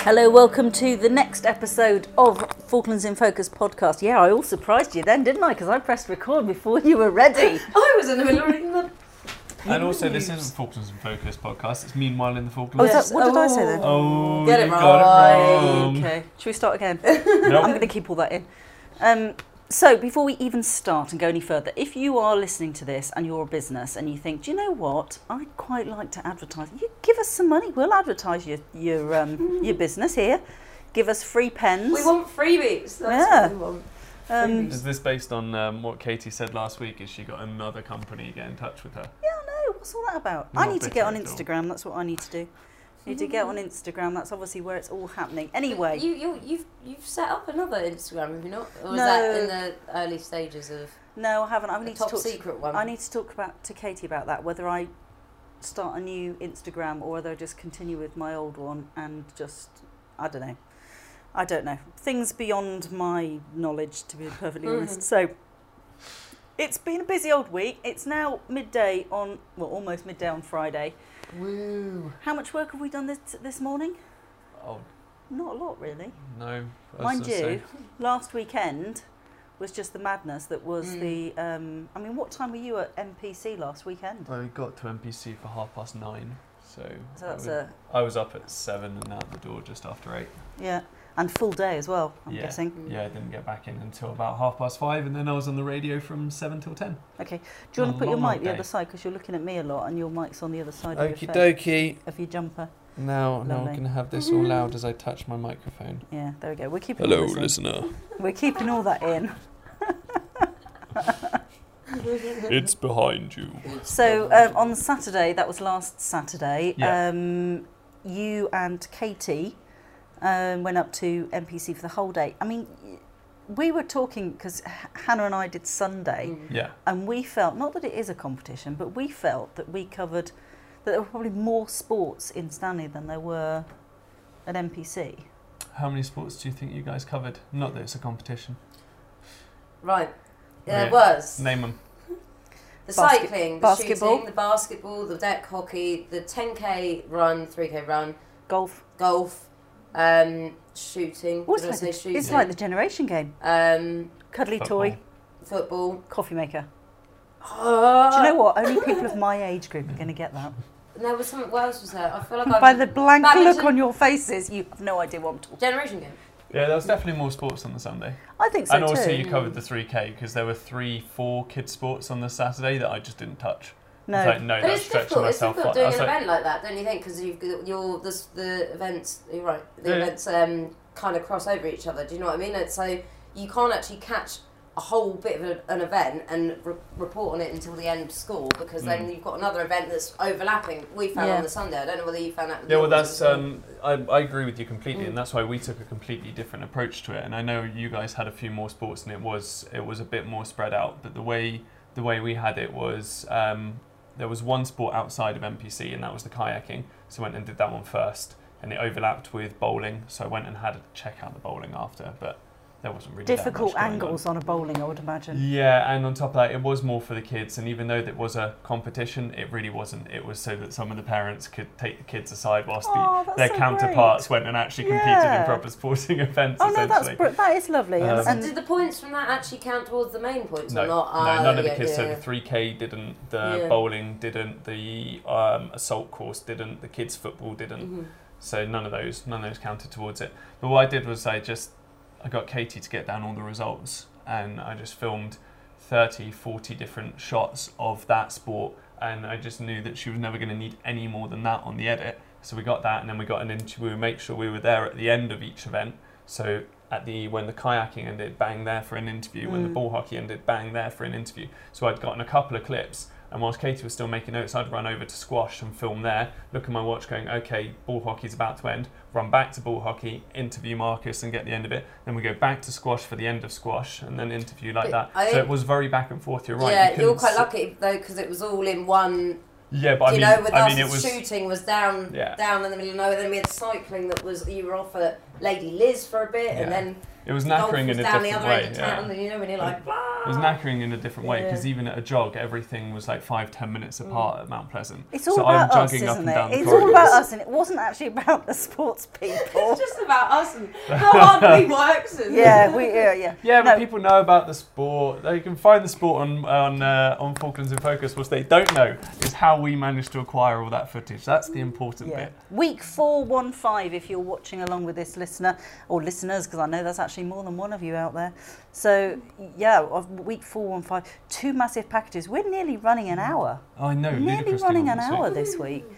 Hello, welcome to the next episode of Falklands in Focus podcast. Yeah, I all surprised you then, didn't I? Because I pressed record before you were ready. I Oh, was in the middle of reading the. And also, this news. isn't Falklands and Focus podcast. It's Meanwhile in the Oh, Falklands. is Yes. that, what did I say then? Oh, Get it you right. Got it wrong. Okay, should we start again? I'm Nope. going to keep all that in. Um, so, before we even start and go any further, if you are listening to this and you're a business and you think, do you know what? I'd quite like to advertise. You give us some money. We'll advertise your your um, your business here. Give us free pens. We want freebies. That's Yeah. what we want. um, Is this based on um, what Katie said last week? Is she got another company get in touch with her? yeah, no. What's all that about? I Not need to bitter get on at all. Instagram. That's what I need to do. Need to get on Instagram. That's obviously where it's all happening. Anyway, Mm. You, you, you've, you've set up another Instagram, have you not? Or No. was that in the early stages of no, I haven't. I the need top to talk. to- secret one? I need to talk about to Katie about that whether I start a new Instagram or whether I just continue with my old one and just I don't know. I don't know things beyond my knowledge to be perfectly honest. Mhm. So it's been a busy old week. It's now midday on well almost midday on Friday. Woo. How much work have we done this this morning? Oh Not a lot really. no. I was Mind gonna you, say- last weekend was just the madness that was Mm. the um, I mean what time were you at MPC last weekend? I got to MPC for half past nine, so. So that's I, would- a I was up at seven and out the door just after eight. Yeah, and full day as well. I'm Yeah. guessing. Mm. Yeah, I didn't get back in until about half past five, and then I was on the radio from seven till ten. Okay. Do you want A to put your long mic the day. other side because you're looking at me a lot, and your mic's on the other side of your, face, dokie. of your jumper. now Now, I'm Oh, Lovely. gonna have this all loud as I touch my microphone. Yeah, there we go. We're keeping. Hello, all this in. listener. We're keeping all that in. It's behind you. So um, on Saturday, that was last Saturday. Yeah. Um, you and Katie um, went up to MPC for the whole day. I mean, we were talking because Hannah and I did Sunday. Mm. Yeah. And we felt, not that it is a competition, but we felt that we covered, that there were probably more sports in Stanley than there were at MPC. How many sports do you think you guys covered? Not that it's a competition. Right. There Oh, Yeah. was Name them. the Basket- cycling, the basketball. shooting, the basketball, the deck hockey, the 10k run, 3k run, Golf. golf, um, shooting. Oh, it's Did I like, say the, shooting? it's like the generation game. um, Cuddly toy, Football. football. coffee maker. Oh. Do you know what? Only people of my age group are going to get that. And there was something. What else was there? I feel like I've By the blank Badminton. look on your faces, you have no idea what I'm talking generation game. Yeah, there was definitely more sports on the Sunday. I think so and also, too. you covered the 3K because there were three, four kids' sports on the Saturday that I just didn't touch. I was no. like, no, But that's it's stretching difficult. It's myself difficult far. doing I an was like, event like that, don't you think? Because you've got your the the events. You're right. The Yeah. events um, kind of cross over each other. Do you know what I mean? And so you can't actually catch a whole bit of a, an event and re- report on it until the end score because Hmm. then you've got another event that's overlapping. We found Yeah. on the Sunday. I don't know whether you found out. with Yeah, well, yours as that's um, I, I agree with you completely, Mm. and that's why we took a completely different approach to it. And I know you guys had a few more sports, and it was it was a bit more spread out. But the way the way we had it was um, there was one sport outside of MPC, and that was the kayaking. So I went and did that one first, and it overlapped with bowling. So I went and had a check out the bowling after, but there wasn't really that much Difficult going on. angles on a bowling, I would imagine. Yeah, and on top of that, it was more for the kids. And even though that was a competition, it really wasn't. It was so that some of the parents could take the kids aside whilst the Oh, that's their so counterparts went and actually competed Yeah. in proper sporting events. Great. Oh no, that's essentially. br- that is lovely. Um, well. and, Did the points from that actually count towards the main points no, or not? no, Ah, none of the yeah, Oh, kids. So yeah. the three K didn't, the Yeah. bowling didn't, the um, assault course didn't, the kids football didn't. Mhm. So none of those, none of those counted towards it. But what I did was I just, I got Katie to get down all the results, and I just filmed 30, 40 different shots of that sport, and I just knew that she was never going to need any more than that on the edit. So we got that, and then we got an inch. We would make sure we were there at the end of each event. So at the when the kayaking ended, bang there for an interview. When the Mm. ball hockey ended, bang there for an interview. So I'd gotten a couple of clips, and whilst Katie was still making notes, I'd run over to squash and film there. Look at my watch, going, okay, ball hockey's about to end. Run back to ball hockey, interview Marcus, and get the end of it. Then we go back to squash for the end of squash, and then interview like But that. I- so it was very back and forth. You're right. yeah, you couldn't are quite s- lucky though because it was all in one Yeah, but I you mean, know, with I us, mean, it was. shooting was down, Yeah. down in the middle of nowhere. Then we had cycling that was you were off at Lady Liz for a bit, Yeah. and then It was Golf knackering was in a down the different other way. end of yeah. town, and you know when you're like, It was knackering in a different way because Yeah. Mm. even at a jog, everything was like five, ten minutes apart at Mount Pleasant. It's all so about I'm us, jogging isn't up and it? down the It's all corridors. about us, and it wasn't actually about the sports people. It's just about us and how hard we work. And yeah, we yeah yeah. Yeah, No. but people know about the sport. They can find the sport on on uh, on Falklands in Focus. What they don't know is how we managed to acquire all that footage. That's the important Yeah. bit. Week 415, if you're watching along with this listener or listeners, because I know there's actually more than one of you out there. So, yeah, of week 415, two massive packages. We're nearly running Mm. an hour. I know. nearly ludicrously running an long this week. hour this week.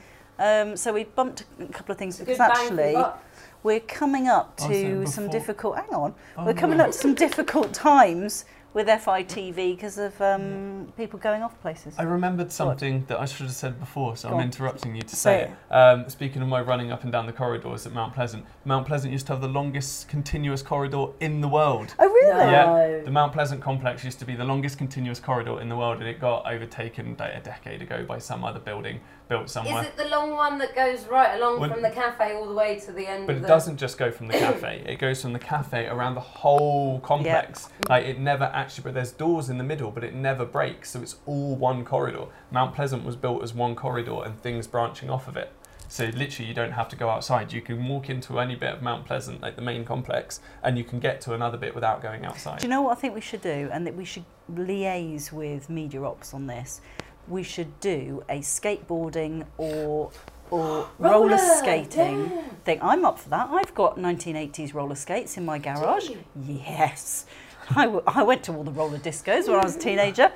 Um, so, we bumped a couple of things It's a because good bang for the actually buck. we're coming up Oh, so to some before- difficult. Hang on. Oh, we're coming no. up to some difficult times with FITV because of um, people going off places. I remembered something that I should have said before, so Go I'm on. interrupting you Say to say it. Um, speaking of my running up and down the corridors at Mount Pleasant, Mount Pleasant used to have the longest continuous corridor in the world. Oh, really? No. Yeah, the Mount Pleasant complex used to be the longest continuous corridor in the world, and it got overtaken like a decade ago by some other building built somewhere. Is it the long one that goes right along Well- from the cafe all the way to the end? But of it the... doesn't just go from the cafe. It goes from the cafe around the whole complex. Like it never actually, but there's doors in the middle, but it never breaks. So it's all one corridor. Mount Pleasant was built as one corridor and things branching off of it. So literally, you don't have to go outside. You can walk into any bit of Mount Pleasant, like the main complex, and you can get to another bit without going outside. Do you know what I think we should do? And that we should liaise with media ops on this. We should do a skateboarding or or roller, skating yeah. thing. I'm up for that. I've got 1980s roller skates in my garage. Do you? Yes. I, w- I went to all the roller discos when I was a teenager.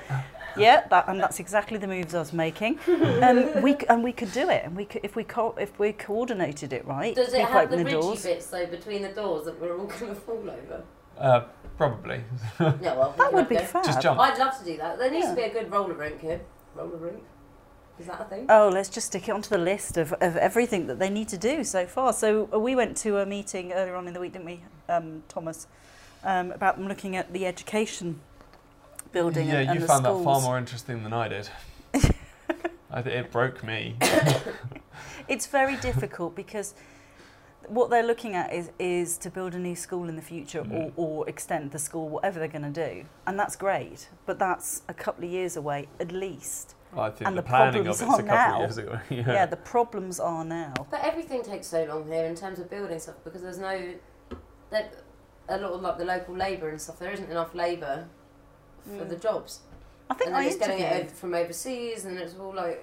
Yeah, that, and that's exactly the moves I was making. Um, we c- and we could do it, and we could, if we co- if we coordinated it right. Does it people have the open ridgy doors. bits though between the doors that we're all going to fall over? Uh, probably. no, well, we That can would have be a go. fab. Just jump. I'd love to do that. There needs to be Yeah. a good roller rink here. Roller rink? Is that a thing? Oh, let's just stick it onto the list of, of everything that they need to do so far. So uh, we went to a meeting earlier on in the week, didn't we, um, Thomas, um, about them looking at the education building yeah, and, and you the found schools. that far more interesting than I did. I, th- it broke me. It's very difficult because what they're looking at is, is to build a new school in the future Mm. or, or extend the school, whatever they're going to do. And that's great, but that's a couple of years away at least. I think And the, the planning of problems it's a are couple now. of years ago. Yeah, the problems are now. But everything takes so long here in terms of building stuff because there's no, there, a lot of like the local labour and stuff. There isn't enough labour for Mm. the jobs, I think and then I it's getting it interviewed- over from overseas, and it's all like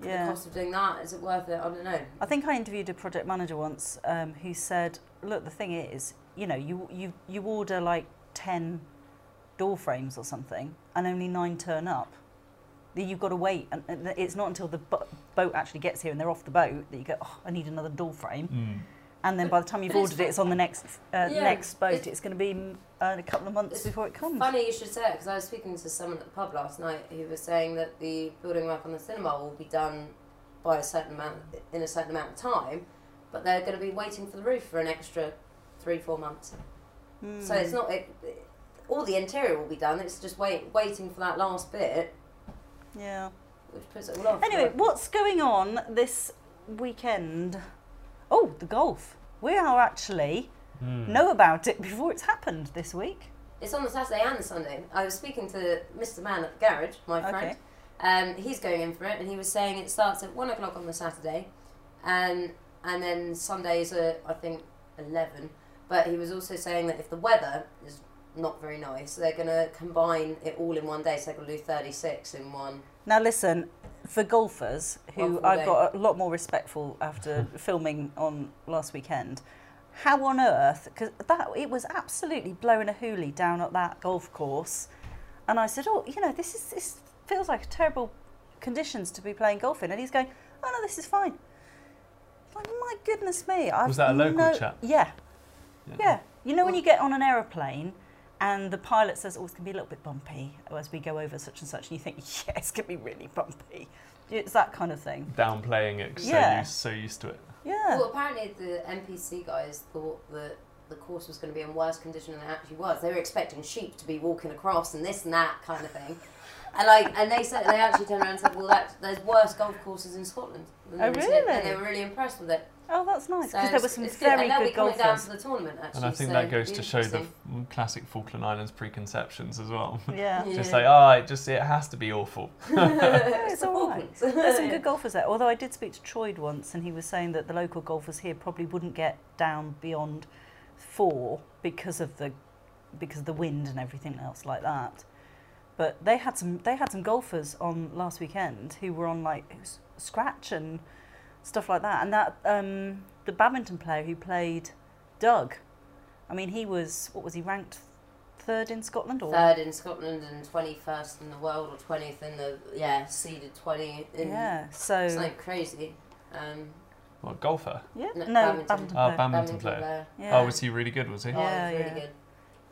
yeah. the cost of doing that. Is it worth it? I don't know. I think I interviewed a project manager once um, who said, "Look, the thing is, you know, you you you order like ten door frames or something, and only nine turn up. Then You've got to wait, and and it's not until the bo- boat actually gets here and they're off the boat that you go, oh, I need another door frame. Mm. And then by the time you've But it's ordered it, it's on the next uh, Yeah, next boat. It's, it's- going to be mm, uh, a couple of months it's before it comes. Funny you should say it because I was speaking to someone at the pub last night who was saying that the building work on the cinema will be done by a certain amount in a certain amount of time, but they're going to be waiting for the roof for an extra three four months. Mm. So it's not it, it- all the interior will be done. It's just wait, waiting for that last bit, yeah. which puts it all off. Anyway, what's going on this weekend? Oh, the golf. We are actually. Mm. know about it before it's happened this week. It's on the Saturday and the Sunday. I was speaking to Mr. Man at the garage, my friend. Um, he's going in for it, and he was saying it starts at one o'clock on the Saturday, and and then Sundays are I think eleven. But he was also saying that if the weather is not very nice, they're going to combine it all in one day. So they're going to do thirty six in one. Now, listen, for golfers who One full I've day. got a lot more respect for after filming on last weekend, how on earth? Because that it was absolutely blowing a hoolie down at that golf course, and I said, "Oh, you know, this is this feels like terrible conditions to be playing golf in," and he's going, "Oh no, this is fine." Like, my goodness me! I've Was that a local no- chap? Yeah, Um, Yeah. You know when you get on an aeroplane and the pilot says, oh, it's going to be a little bit bumpy as we go over such and such, and you think, yeah, it's going to be really bumpy. It's that kind of thing. downplaying it 'cause Yeah. they're used, so used to it. Yeah. Well, apparently the NPC guys thought that the course was going to be in worse condition than it actually was. They were expecting sheep to be walking across and this and that kind of thing. And like, and they said they actually turned around and said, "Well, that, there's worse golf courses in Scotland." Than Oh, there is here. really? And they were really impressed with it. Oh, that's nice So because there were it's- some it's very and they'll good be coming down golfers. to the tournament actually. And I think so that goes it'll to be show the interesting. f- classic Falkland Islands preconceptions as well. Yeah. Yeah. just like, oh, it just it has to be awful. it's the all Falklands. There's some good golfers there. Although I did speak to Troyd once, and he was saying that the local golfers here probably wouldn't get down beyond four because of the because of the wind and everything else like that. But they had some they had some golfers on last weekend who were on like it was scratch and stuff like that. And that um, the badminton player who played Doug, I mean, he was what was he ranked third in Scotland or Third in Scotland and twenty first in the world or twentieth in the yeah seeded twenty in yeah? So something crazy. Um, Well, golfer. yeah, No, no, badminton. badminton, Oh, player. badminton player. player. yeah. Oh, was he really good? Was he? Oh, Yeah, it was really yeah. good.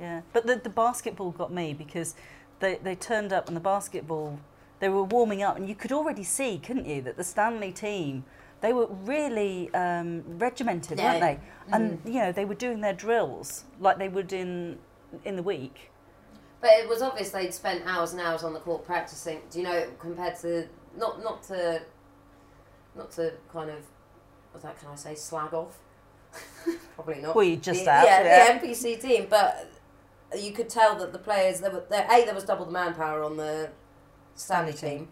Yeah, but the, the basketball got me because they, they turned up and the basketball, they were warming up, and you could already see, couldn't you, that the Stanley team, they were really um, regimented, Yeah. Mm-hmm. weren't they? Mm. And, you know, they were doing their drills like they would in, in the week. But it was obvious they'd spent hours and hours on the court practicing. Do you know compared to not not to not to kind of what's that? Can I say slag off? Probably not. Well, you just the, out, Oh, yeah, yeah. the NPC team, but you could tell that the players there were there, a there was double the manpower on the Stanley Stanley team. team,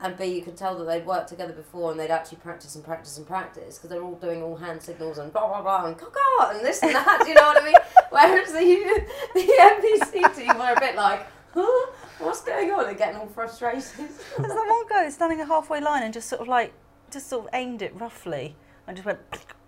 and b you could tell that they'd worked together before and they'd actually practice and practice and practice because they're all doing all hand signals and blah blah blah and caca and this and that. do you know what I mean? Whereas the the NPC team were a bit like. Huh? What's going on? They're getting all frustrated. There's that one guy standing a halfway line and just sort of like, just sort of aimed it roughly and just went,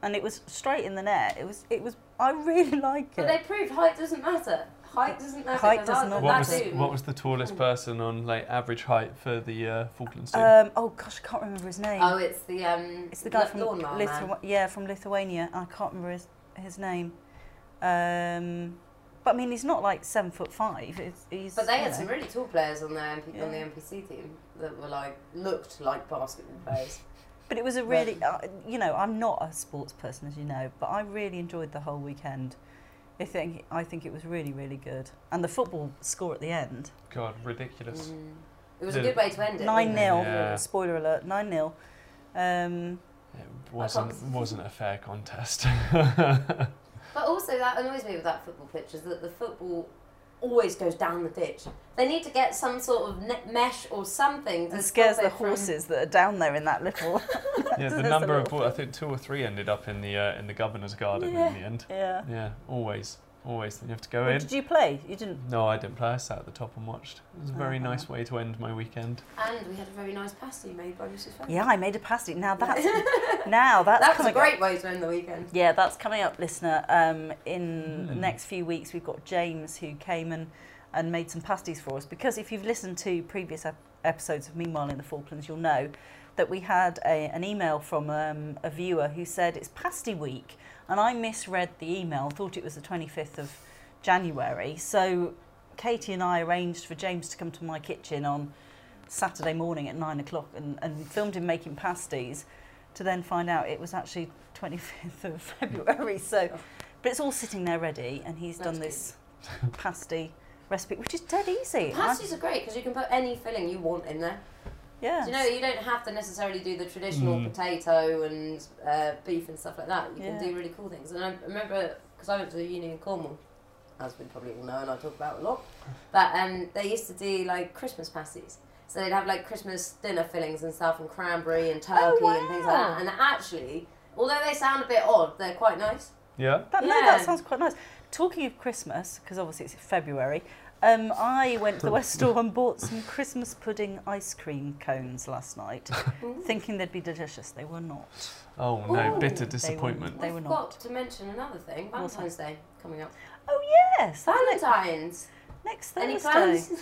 and it was straight in the net. It was, it was, I really like But they it. proved height doesn't matter. Height doesn't matter. Height 'cause does I not did What that was too. what was the tallest person on like average height for the uh, Falklands team? Um, oh gosh, I can't remember his name. Oh, it's the um. It's the guy la- from lawnmower man. Lithu- yeah, from Lithuania. I can't remember his, his name. Um, but I mean, he's not like seven foot five. It's, he's, But they had you some know. really tall players on the MP, on the Yeah. NPC team that were like looked like basketball players. But it was a really, uh, you know, I'm not a sports person, as you know, but I really enjoyed the whole weekend. I think I think it was really really good, and the football score at the end God, ridiculous. Mm. It was a The- good way to end it. nine 0 Yeah. Spoiler alert, nine 0 um, It I wasn't can't- wasn't a fair contest. But also that annoys me with that football pitch is that the football always goes down the ditch. They need to get some sort of net mesh or something. To and scares stop the it from- horses that are down there in that little. yeah, the There's a number of lot. ball, I think two or three ended up in the uh, in the governor's garden Yeah. in the end. yeah. Yeah, always, always. Then you have to go Well, in. did you play? You didn't. No, I didn't play. I sat at the top and watched. It was a very Oh. nice way to end my weekend. And we had a very nice pasty made by Mrs. Fenn. Yeah, I made a pasty. Now that's now that's that was a coming up. great way to end the weekend. Yeah, that's coming up, listener. Um, in the Mm. next few weeks, we've got James who came and, and made some pasties for us. Because if you've listened to previous ep- episodes of Meanwhile in the Falklands, you'll know that we had a, an email from um, a viewer who said it's pasty week, and I misread the email, thought it was the 25th of January. So Katie and I arranged for James to come to my kitchen on Saturday morning at nine o'clock and, and filmed him making pasties to then find out it was actually 25th of February. So, but it's all sitting there ready, and he's done That's this pasty recipe, which is dead easy. I- Pasties are great because you can put any filling you want in there. yeah. Do you know, you don't have to necessarily do the traditional Mm. potato and uh, beef and stuff like that. You Yeah. can do really cool things. And I remember, because I went to the uni in Cornwall, as we probably all know and I talk about a lot, but um, they used to do like Christmas pasties. So they'd have like Christmas dinner fillings and stuff and cranberry and turkey and Oh, things like wow. that. And actually, although they sound a bit odd, they're quite nice. Yeah. That, No, Yeah. that sounds quite nice. Talking of Christmas, because obviously it's February, um, I went to the West Store and bought some Christmas pudding ice cream cones last night, Mm-hmm. thinking they'd be delicious. They were not. Oh no, Ooh, bitter they disappointment. They We've were got not. to mention another thing What's that? Valentine's Day coming up. Oh yes, that's ne- Valentine's! next Thursday. Any plans?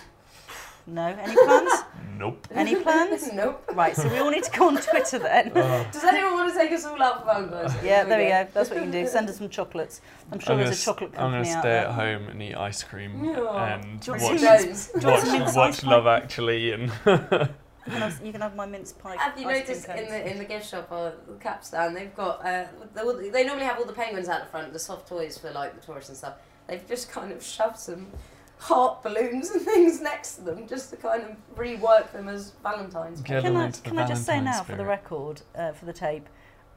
No, any plans? Nope. any plans? nope. right, so we all need to go on Twitter then. Oh, Does anyone want to take us all out for Valentine's Day? Yeah, there we go. That's what you can do. Send us some chocolates. I'm sure I'm gonna there's a s- chocolate I'm company gonna out stay there. at home and eat ice cream Yeah. and Do you watch want some Jones. Do you want some watch, mince watch ice Love Actually and You can have, you can have my mince pie. Have you ice cream noticed in cones. the in the gift shop or the cap stand they've got uh, they, will- they normally have all the penguins out the front, the soft toys for like the tourists and stuff. They've just kind of shoved some heart balloons and things next to them just to kind of rework them as Valentine's. Get Can them I into the can I just say Valentine's now for the spirit. record uh, for the tape,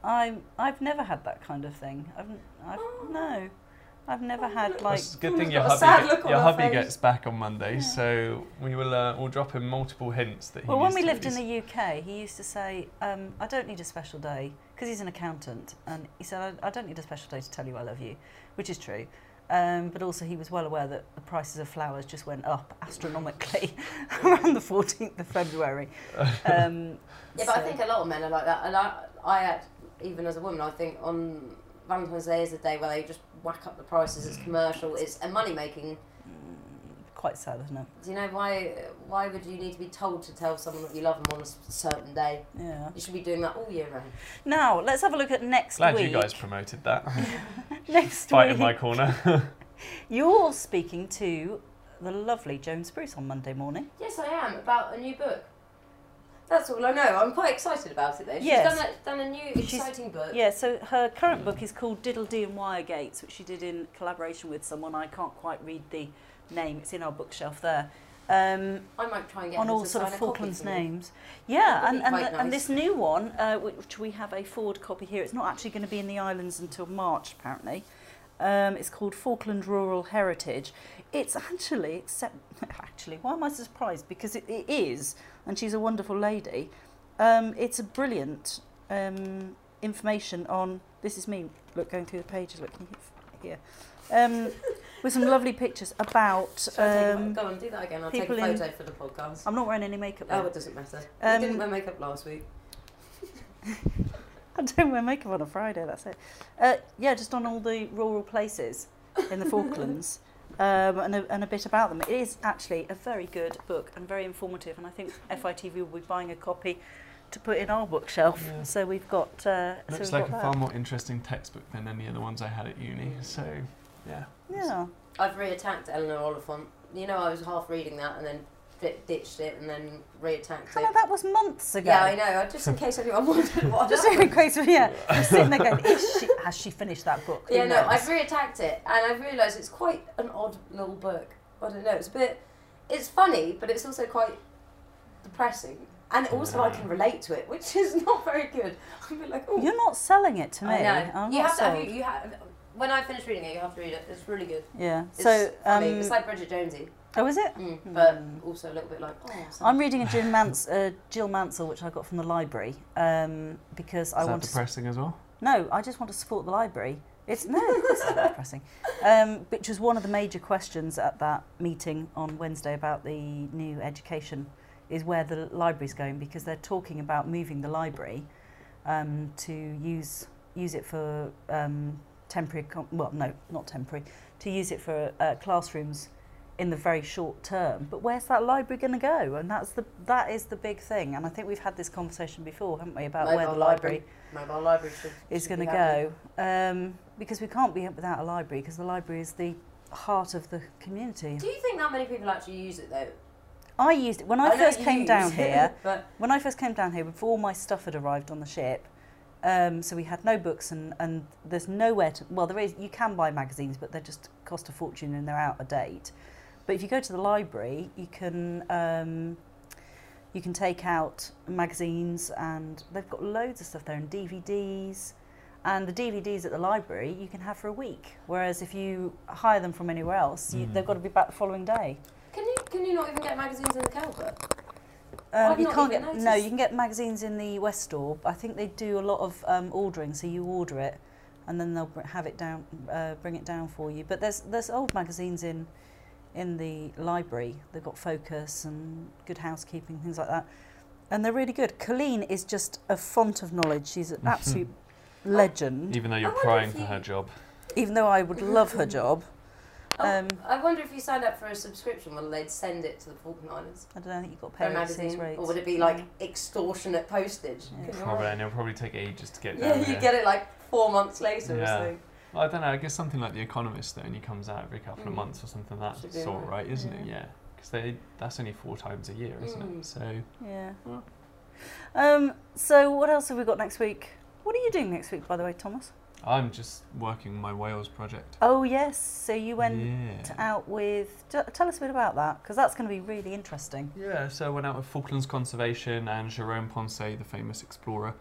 I'm I've never had that kind of thing. I've, n- I've Oh. no, I've never Oh, had look. like it's a good someone's thing your got a hubby, sad get- look on your her hubby face. gets back on Monday, Yeah. so we will uh, we'll drop him multiple hints that he Well, when used we to lived in use. the UK, he used to say, um, I don't need a special day, because he's an accountant. And he said, I, I don't need a special day to tell you I love you, which is true. Um, but also, he was well aware that the prices of flowers just went up astronomically around the 14th of February. Um, Yeah, but I so- think a lot of men are like that. And I, I act, even as a woman, I think on Valentine's Day is a day where they just whack up the prices. It's commercial. It's a money making. mm, Quite sad, isn't it? Do you know why? Why would you need to be told to tell someone that you love them on a s- certain day? Yeah. You should be doing that all year round. Now, let's have a look at next Glad week. you guys promoted that. Next Fight week, in my corner. you're speaking to the lovely Joan Spruce on Monday morning. Yes, I am about a new book. That's all I know. I'm quite excited about it though. She's Yes. done, a, done a new She's- exciting book. Yeah, so her current book is called Diddle Dee and Wire Gates, which she did in collaboration with someone. I can't quite read the name, it's in our bookshelf there. Um, I might try and get on her all to sort of sign a copy Falklands for me. names. Yeah, That would and, be and, quite the, and nice. this new one, uh, which we have a Ford copy here, it's not actually going to be in the islands until March, apparently. Um, it's called Falkland Rural Heritage. It's actually, except, actually, why am I surprised? Because it, it is, and she's a wonderful lady. Um, it's a brilliant um, information on. This is me. Look, going through the pages. Look can you- here, um, with some lovely pictures about. Shall I take a Um, photo? Go on, do that again. I'll take a people in- photo for the podcast. I'm not wearing any makeup. Oh, now. it doesn't matter. Um, we didn't wear makeup last week. I don't wear makeup on a Friday. That's it. Uh, yeah, just on all the rural places in the Falklands. Um, and, a, and a bit about them. It is actually a very good book and very informative, and I think FITV will be buying a copy to put in our bookshelf. Yeah. So we've got. Uh, so Looks we've like a got that. far more interesting textbook than any of the ones I had at uni. So, yeah. Yeah. I've reattacked Eleanor Oliphant. You know, I was half reading that and then di- ditched it and then reattacked Hannah, it. that was months ago. Yeah, I know. Just in case anyone wondered what. Just happened. in case, yeah. Just sitting there going, is she, has she finished that book? Who Yeah, no, knows? I've reattacked it and I've realised it's quite an odd little book. I don't know, it's a bit. It's funny, but it's also quite depressing. And also, I can relate to it, which is not very good. I'm a bit like, oh. You're not selling it to me. I know. I'm you not have to. sold. Have you, you have, when I finish reading it, you have to read it. It's really good. Yeah. It's so, um, funny. it's like Bridget Jonesy, oh, is it? mm, but Mm. also a little bit like, oh, sad. I'm reading a Jill, Mans- uh, Jill Mansell, which I got from the library, um, because I Is that want to. depressing as well? No, I just want to support the library. It's no, of course it's not depressing. Um, which was one of the major questions at that meeting on Wednesday about the new education is where the library's going because they're talking about moving the library um, to use use it for um, temporary. Com- well, no, not temporary. To use it for uh, classrooms in the very short term. But where's that library going to go? And that's the that is the big thing. And I think we've had this conversation before, haven't we, about where Mobile the library. library mobile library should, is should going to be happening. go um, because we can't be without a library because the library is the heart of the community. Do you think that many people actually use it though? I used it when I, know first you came use down it, here. but When I first came down here, before my stuff had arrived on the ship, um, so we had no books and, and there's nowhere to. Well, there is. You can buy magazines, but they just cost a fortune and they're out of date. But if you go to the library, you can um, you can take out magazines and they've got loads of stuff there and DVDs. And the DVDs at the library you can have for a week, whereas if you hire them from anywhere else, you, Mm. they've got to be back the following day. can you can you not even get magazines in the Calvert? Um, I've you not can't even get no. noticed. You can get magazines in the West store. but I think they do a lot of um, ordering, so you order it, and then they'll br- have it down, uh, bring it down for you. But there's there's old magazines in in the library. They've got Focus and Good Housekeeping things like that, and they're really good. Colleen is just a font of knowledge. She's an absolute legend. Even though you're you're wonder crying crying if for for her her you- job. Even though I would love her job, Oh, um, I wonder if you signed up for a subscription, whether they'd send it to the Falkland Islands I don't think you've got to for pay a overseas magazine, rates. or would it be like extortionate postage? Yeah. Could be Probably, right. and it'll probably take ages to get Yeah, down you here. get it like four months later Yeah. or something. Well, I don't know. I guess something like The Economist that only comes out every couple of Mm. months or something of that Should be sort, alright. right? Isn't it? Yeah. Yeah. because they that's only four times a year, isn't Mm. it? So Yeah. Well. Um, so what else have we got next week? What are you doing next week, by the way, Thomas? I'm just working my Wales project. Oh yes, so you went yeah. out with. t- Tell us a bit about that, because that's going to be really interesting. Yeah, so I went out with Falklands Conservation and Jerome Ponce, the famous explorer,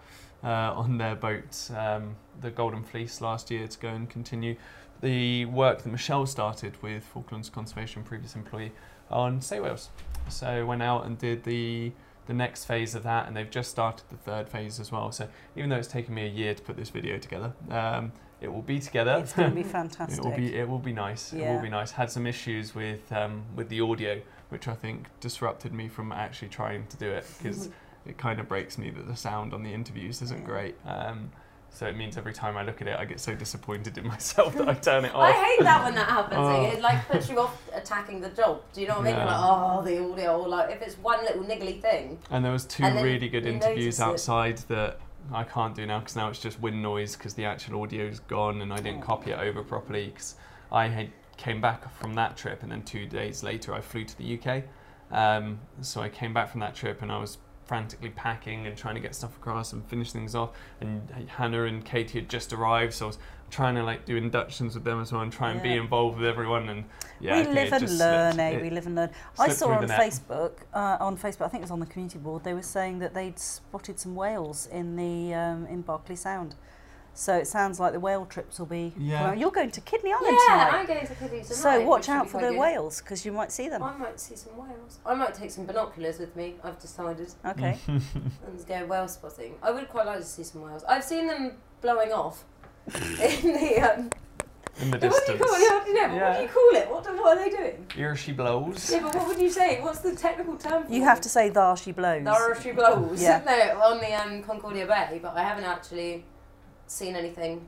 uh, on their boat, um, the Golden Fleece, last year to go and continue the work that Michelle started with Falklands Conservation, previous employee, on Sea Whales. So I went out and did the the next phase of that, and they've just started the third phase as well. So even though it's taken me a year to put this video together, um, it will be together. It's going to be It fantastic. will be. It will be nice. It Yeah. will be nice. Had some issues with um, with the audio, which I think disrupted me from actually trying to do it because it kind of breaks me that the sound on the interviews isn't Yeah. great. Um, so it means every time I look at it, I get so disappointed in myself that I turn it I off. hate that when that happens. Oh. It like puts you off attacking the job. Do you know what I mean? Yeah. Like, oh, the audio. Or like, if it's one little niggly thing, And there was two And then really good you notice interviews it. outside that I can't do now because now it's just wind noise because the actual audio's gone and I didn't Oh. copy it over properly because I had came back from that trip and then two days later I flew to the UK. Um, so I came back from that trip and I was frantically packing and trying to get stuff across and finish things off. And Hannah and Katie had just arrived, so I was trying to like do inductions with them as well and try and be Yeah. involved with everyone. And yeah, we I think live it and just learn, slipped. eh? It we live and learn. I slipped saw through on the net. Facebook, uh, on Facebook, I think it was on the community board, they were saying that they'd spotted some whales in the um, in Barclay Sound. So it sounds like the whale trips will be. Yeah. You're going to Kidney yeah, Island tonight. I'm going to Kidney tonight. so watch which would out be for quite the good. whales because you might see them. I might see some whales. I might take some binoculars with me. I've decided Okay. and go whale spotting. I would quite like to see some whales. I've seen them blowing off in the. Um, in the what do you distance. call it? Yeah, but What do Yeah. you call it? What, do, what are they doing? Here she blows. Yeah, but what would you say? What's the technical term? For You them? have to say "Thar she blows." There are a few blows Yeah. no, on the um, Concordia Bay, but I haven't actually seen anything.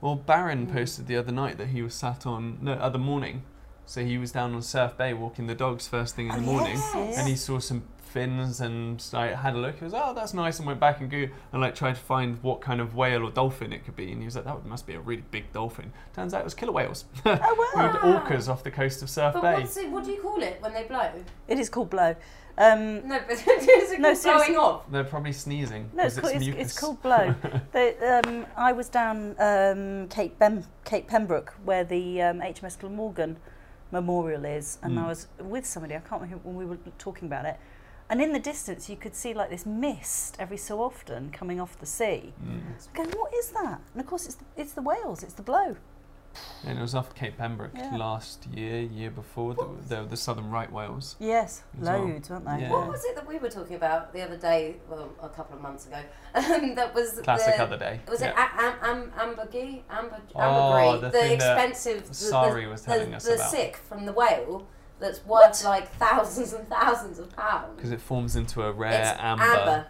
Well, Baron Mm. posted the other night that he was sat on no other morning, so he was down on Surf Bay walking the dogs first thing in Oh, the morning, yes, yes. and he saw some fins and like had a look. He was oh that's nice, and went back and go and like tried to find what kind of whale or dolphin it could be, and he was like that must be a really big dolphin. Turns out it was killer whales, Oh wow! Moved orcas off the coast of Surf But Bay. what's it, what do you call it when they blow? It is called blow. Um, No, but is it No, called seriously. blowing off? They're probably sneezing. no, it's, 'cause called, it's, mucus. it's called blow. the, um, I was down um, Cape, Bem- Cape Pembroke where the um, HMS Glamorgan Memorial is, and I Mm. was with somebody. I can't remember when we were talking about it. And in the distance, you could see like this mist every so often coming off the sea. Mm. Going, what is that? And of course, it's the, it's the whales. It's the blow. And it was off Cape Pembroke Yeah. last year, year before. There were, there were the southern right whales. Yes, As well. loads, weren't they? Mm. Yeah. What was it that we were talking about the other day? Well, a couple of months ago. Um, that was Classic the, other day. Was Yeah. it a- am, am, ambergris? Amber, Oh, ambergris? the the thing that expensive. the- Sari was the, telling the, us the about sick from the whale that's worth like thousands and thousands of pounds. because it forms into a rare It's amber, amber.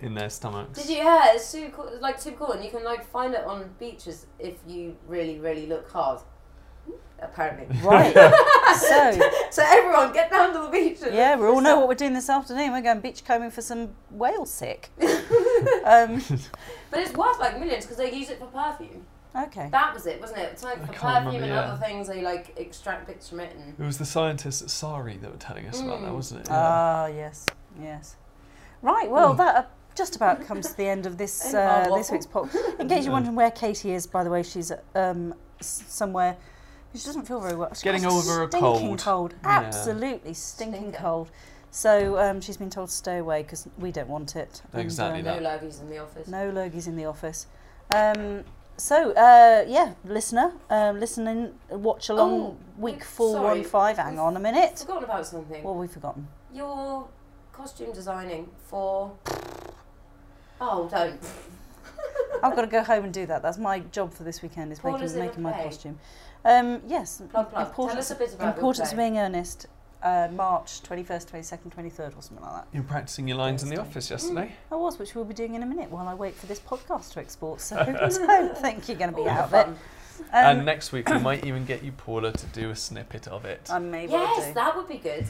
in their stomachs. Did you? Yeah, it's super cool. it's, Like super cool, and you can like find it on beaches if you really, really look hard. Apparently. Right. so, So everyone, get down to the beach. And yeah, we all know what we're doing this afternoon. We're going beachcombing for some whale sick. um, But it's worth like millions because they use it for perfume. okay. That was it, wasn't it? It's like I for can't perfume remember, and yeah. other things. They like extract bits from it and. It was the scientists at Sari that were telling us about that, Mm. wasn't it? Ah, yes, yes. Right, well, Mm. that uh, just about comes to the end of this Hmm. End of our uh, this waffle. week's pop. In case you're Yeah. wondering where Katie is, by the way, she's um, s- somewhere. She doesn't feel very well. She's Getting got over a stinking cold. Yeah. Absolutely stinking Stinker. cold. So um, she's been told to stay away because we don't want it. And, Exactly um, No that. logies in the office. No Logie's in the office. Um, so, uh, yeah, listener, um, listen in, watch along Oh, week we- 415. Hang on a minute. Forgotten about something. What have we forgotten? Your costume designing for. Oh, don't. I've got to go home and do that. That's my job for this weekend is Paul, making, is it making my okay? costume. Um, yes, Plug, plug. Tell us importance, a bit about your importance of play. being earnest. Uh, March 21st, 22nd, 23rd or something like that. You were practicing your lines in the Thursday. office yesterday. I was, which we'll be doing in a minute while I wait for this podcast to export. So don't think you're going to be All out of the it. Oh, Um, fun. Mm. and next week we might even get you, Paula, to do a snippet of it. I may well Yes, do. that would be good.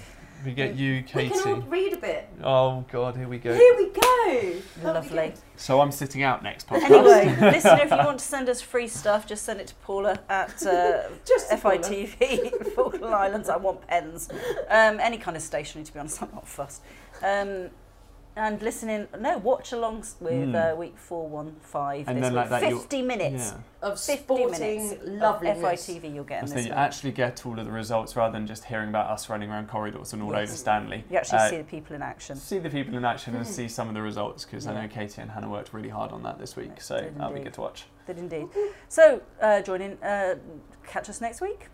We get you, We can all Katie. read a bit. Oh God, here we go. Here we go. That'll be Lovely. good. So I'm sitting out next podcast. Anyway, listener, if you want to send us free stuff, just send it to Paula at uh, Just to Paula. FITV, Falkland Islands. I want pens. Um, any kind of stationery, to be honest, I'm not fussed. Um, and listen in, no, watch along s- with Mm. uh, week 415 And this then week. like that you'll- 50 minutes. Yeah. Of 50 minutes sporting of loveliness. FITV you'll get in So this you week. actually get all of the results rather than just hearing about us running around corridors and all Yes. over Stanley. You actually Uh, see the people in action. see the people in action and Mm. see some of the results because Yeah. I know Katie and Hannah worked really hard on that this week, Yes, so did that'll be indeed. good to watch. Did indeed. So, uh, join in. Uh, catch us next week.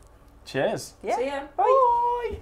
Cheers. Yeah. So yeah. Bye.